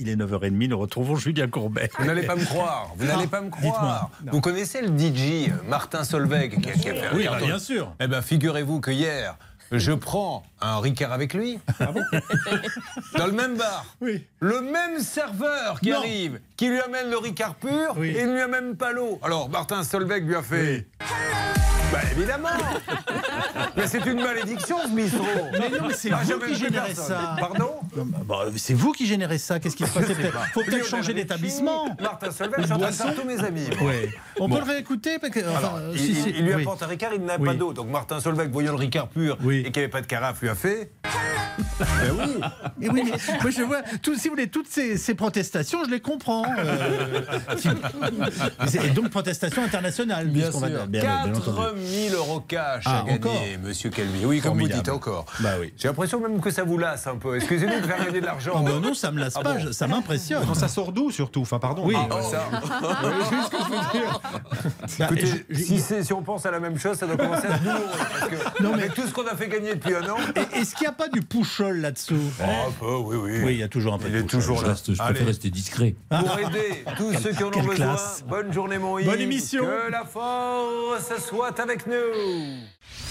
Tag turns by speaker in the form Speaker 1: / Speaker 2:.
Speaker 1: Il est 9h30, nous retrouvons Julien Courbet.
Speaker 2: Vous n'allez pas me croire, vous n'allez pas me croire. Vous connaissez le DJ Martin Solveig qui a, qui a fait un
Speaker 1: Oui, bah,
Speaker 2: carton
Speaker 1: bien sûr.
Speaker 2: Eh bien, figurez-vous que hier, je prends un Ricard avec lui.
Speaker 1: Ah
Speaker 2: Dans le même bar.
Speaker 1: Oui.
Speaker 2: Le même serveur qui
Speaker 1: Non.
Speaker 2: arrive, qui lui amène le Ricard pur
Speaker 1: Oui.
Speaker 2: et il ne lui amène pas l'eau. Alors, Martin Solveig lui a fait. Bah, évidemment Mais c'est une malédiction, ce bistrot
Speaker 1: Mais non, mais c'est
Speaker 2: Ah,
Speaker 1: vous
Speaker 2: j'avais
Speaker 1: qui
Speaker 2: plus
Speaker 1: générez
Speaker 2: personne.
Speaker 1: ça.
Speaker 2: Pardon
Speaker 1: Non, bah, bah, c'est vous qui générez ça. Qu'est-ce qui se passe peut-être Faut peut-être
Speaker 2: Lionel
Speaker 1: changer
Speaker 2: Richie,
Speaker 1: d'établissement.
Speaker 2: Martin Solveig, je suis en train de faire tous mes amis. moi.
Speaker 1: Ouais. On peut le réécouter parce que, enfin,
Speaker 2: Alors,
Speaker 1: euh,
Speaker 2: il,
Speaker 1: si,
Speaker 2: il-
Speaker 1: si,
Speaker 2: il lui
Speaker 1: oui.
Speaker 2: apporte un Ricard, il n'a
Speaker 1: Oui.
Speaker 2: pas d'eau. Donc Martin Solveig, voyant le Ricard pur
Speaker 1: Oui.
Speaker 2: et qu'il n'y avait pas de carafe, lui a fait. ben oui
Speaker 1: Mais oui, mais- moi, je vois, tout- si vous voulez, toutes ces, ces protestations, je les comprends. euh, si- Mais c'est- et donc, protestation internationale,
Speaker 2: Bien
Speaker 1: puisqu'on va-
Speaker 2: sûr.
Speaker 1: bien- bien entendu.
Speaker 2: 4 000 euros cash
Speaker 1: Ah,
Speaker 2: à gagner,
Speaker 1: encore
Speaker 2: monsieur Calvi. Oui, comme
Speaker 1: Formidable.
Speaker 2: vous dites encore.
Speaker 1: Bah oui.
Speaker 2: J'ai l'impression même que ça vous lasse un peu. Excusez-nous de faire gagner de l'argent.
Speaker 1: Oh, bah non, ça me lasse
Speaker 2: Ah
Speaker 1: pas,
Speaker 2: bon
Speaker 1: je- ça m'impressionne.
Speaker 3: Non, ça sort d'où surtout Enfin, pardon.
Speaker 1: Oui.
Speaker 3: mais,
Speaker 2: Ah,
Speaker 3: euh,
Speaker 2: ça.
Speaker 1: Bah,
Speaker 2: Écoutez,
Speaker 1: je- je-
Speaker 2: si, c'est- si on pense à la même chose, ça doit commencer à être douloureux. Parce que
Speaker 1: Non, mais-
Speaker 2: avec tout ce qu'on a fait gagner depuis un an.
Speaker 1: Est-ce qu'il n'y a pas du pouchol là-dessous
Speaker 2: Oh, un peu, oui, oui.
Speaker 1: Oui, il y a toujours un peu
Speaker 2: Il
Speaker 1: de
Speaker 2: est
Speaker 1: pouchol.
Speaker 2: toujours
Speaker 4: Je,
Speaker 2: là.
Speaker 4: reste, je
Speaker 2: Allez.
Speaker 4: préfère rester discret.
Speaker 2: Pour aider tous ceux qui en ont
Speaker 1: quelle
Speaker 2: besoin,
Speaker 1: classe.
Speaker 2: bonne journée, mon Yves.
Speaker 1: Bonne émission.
Speaker 2: Que la force soit avec nous.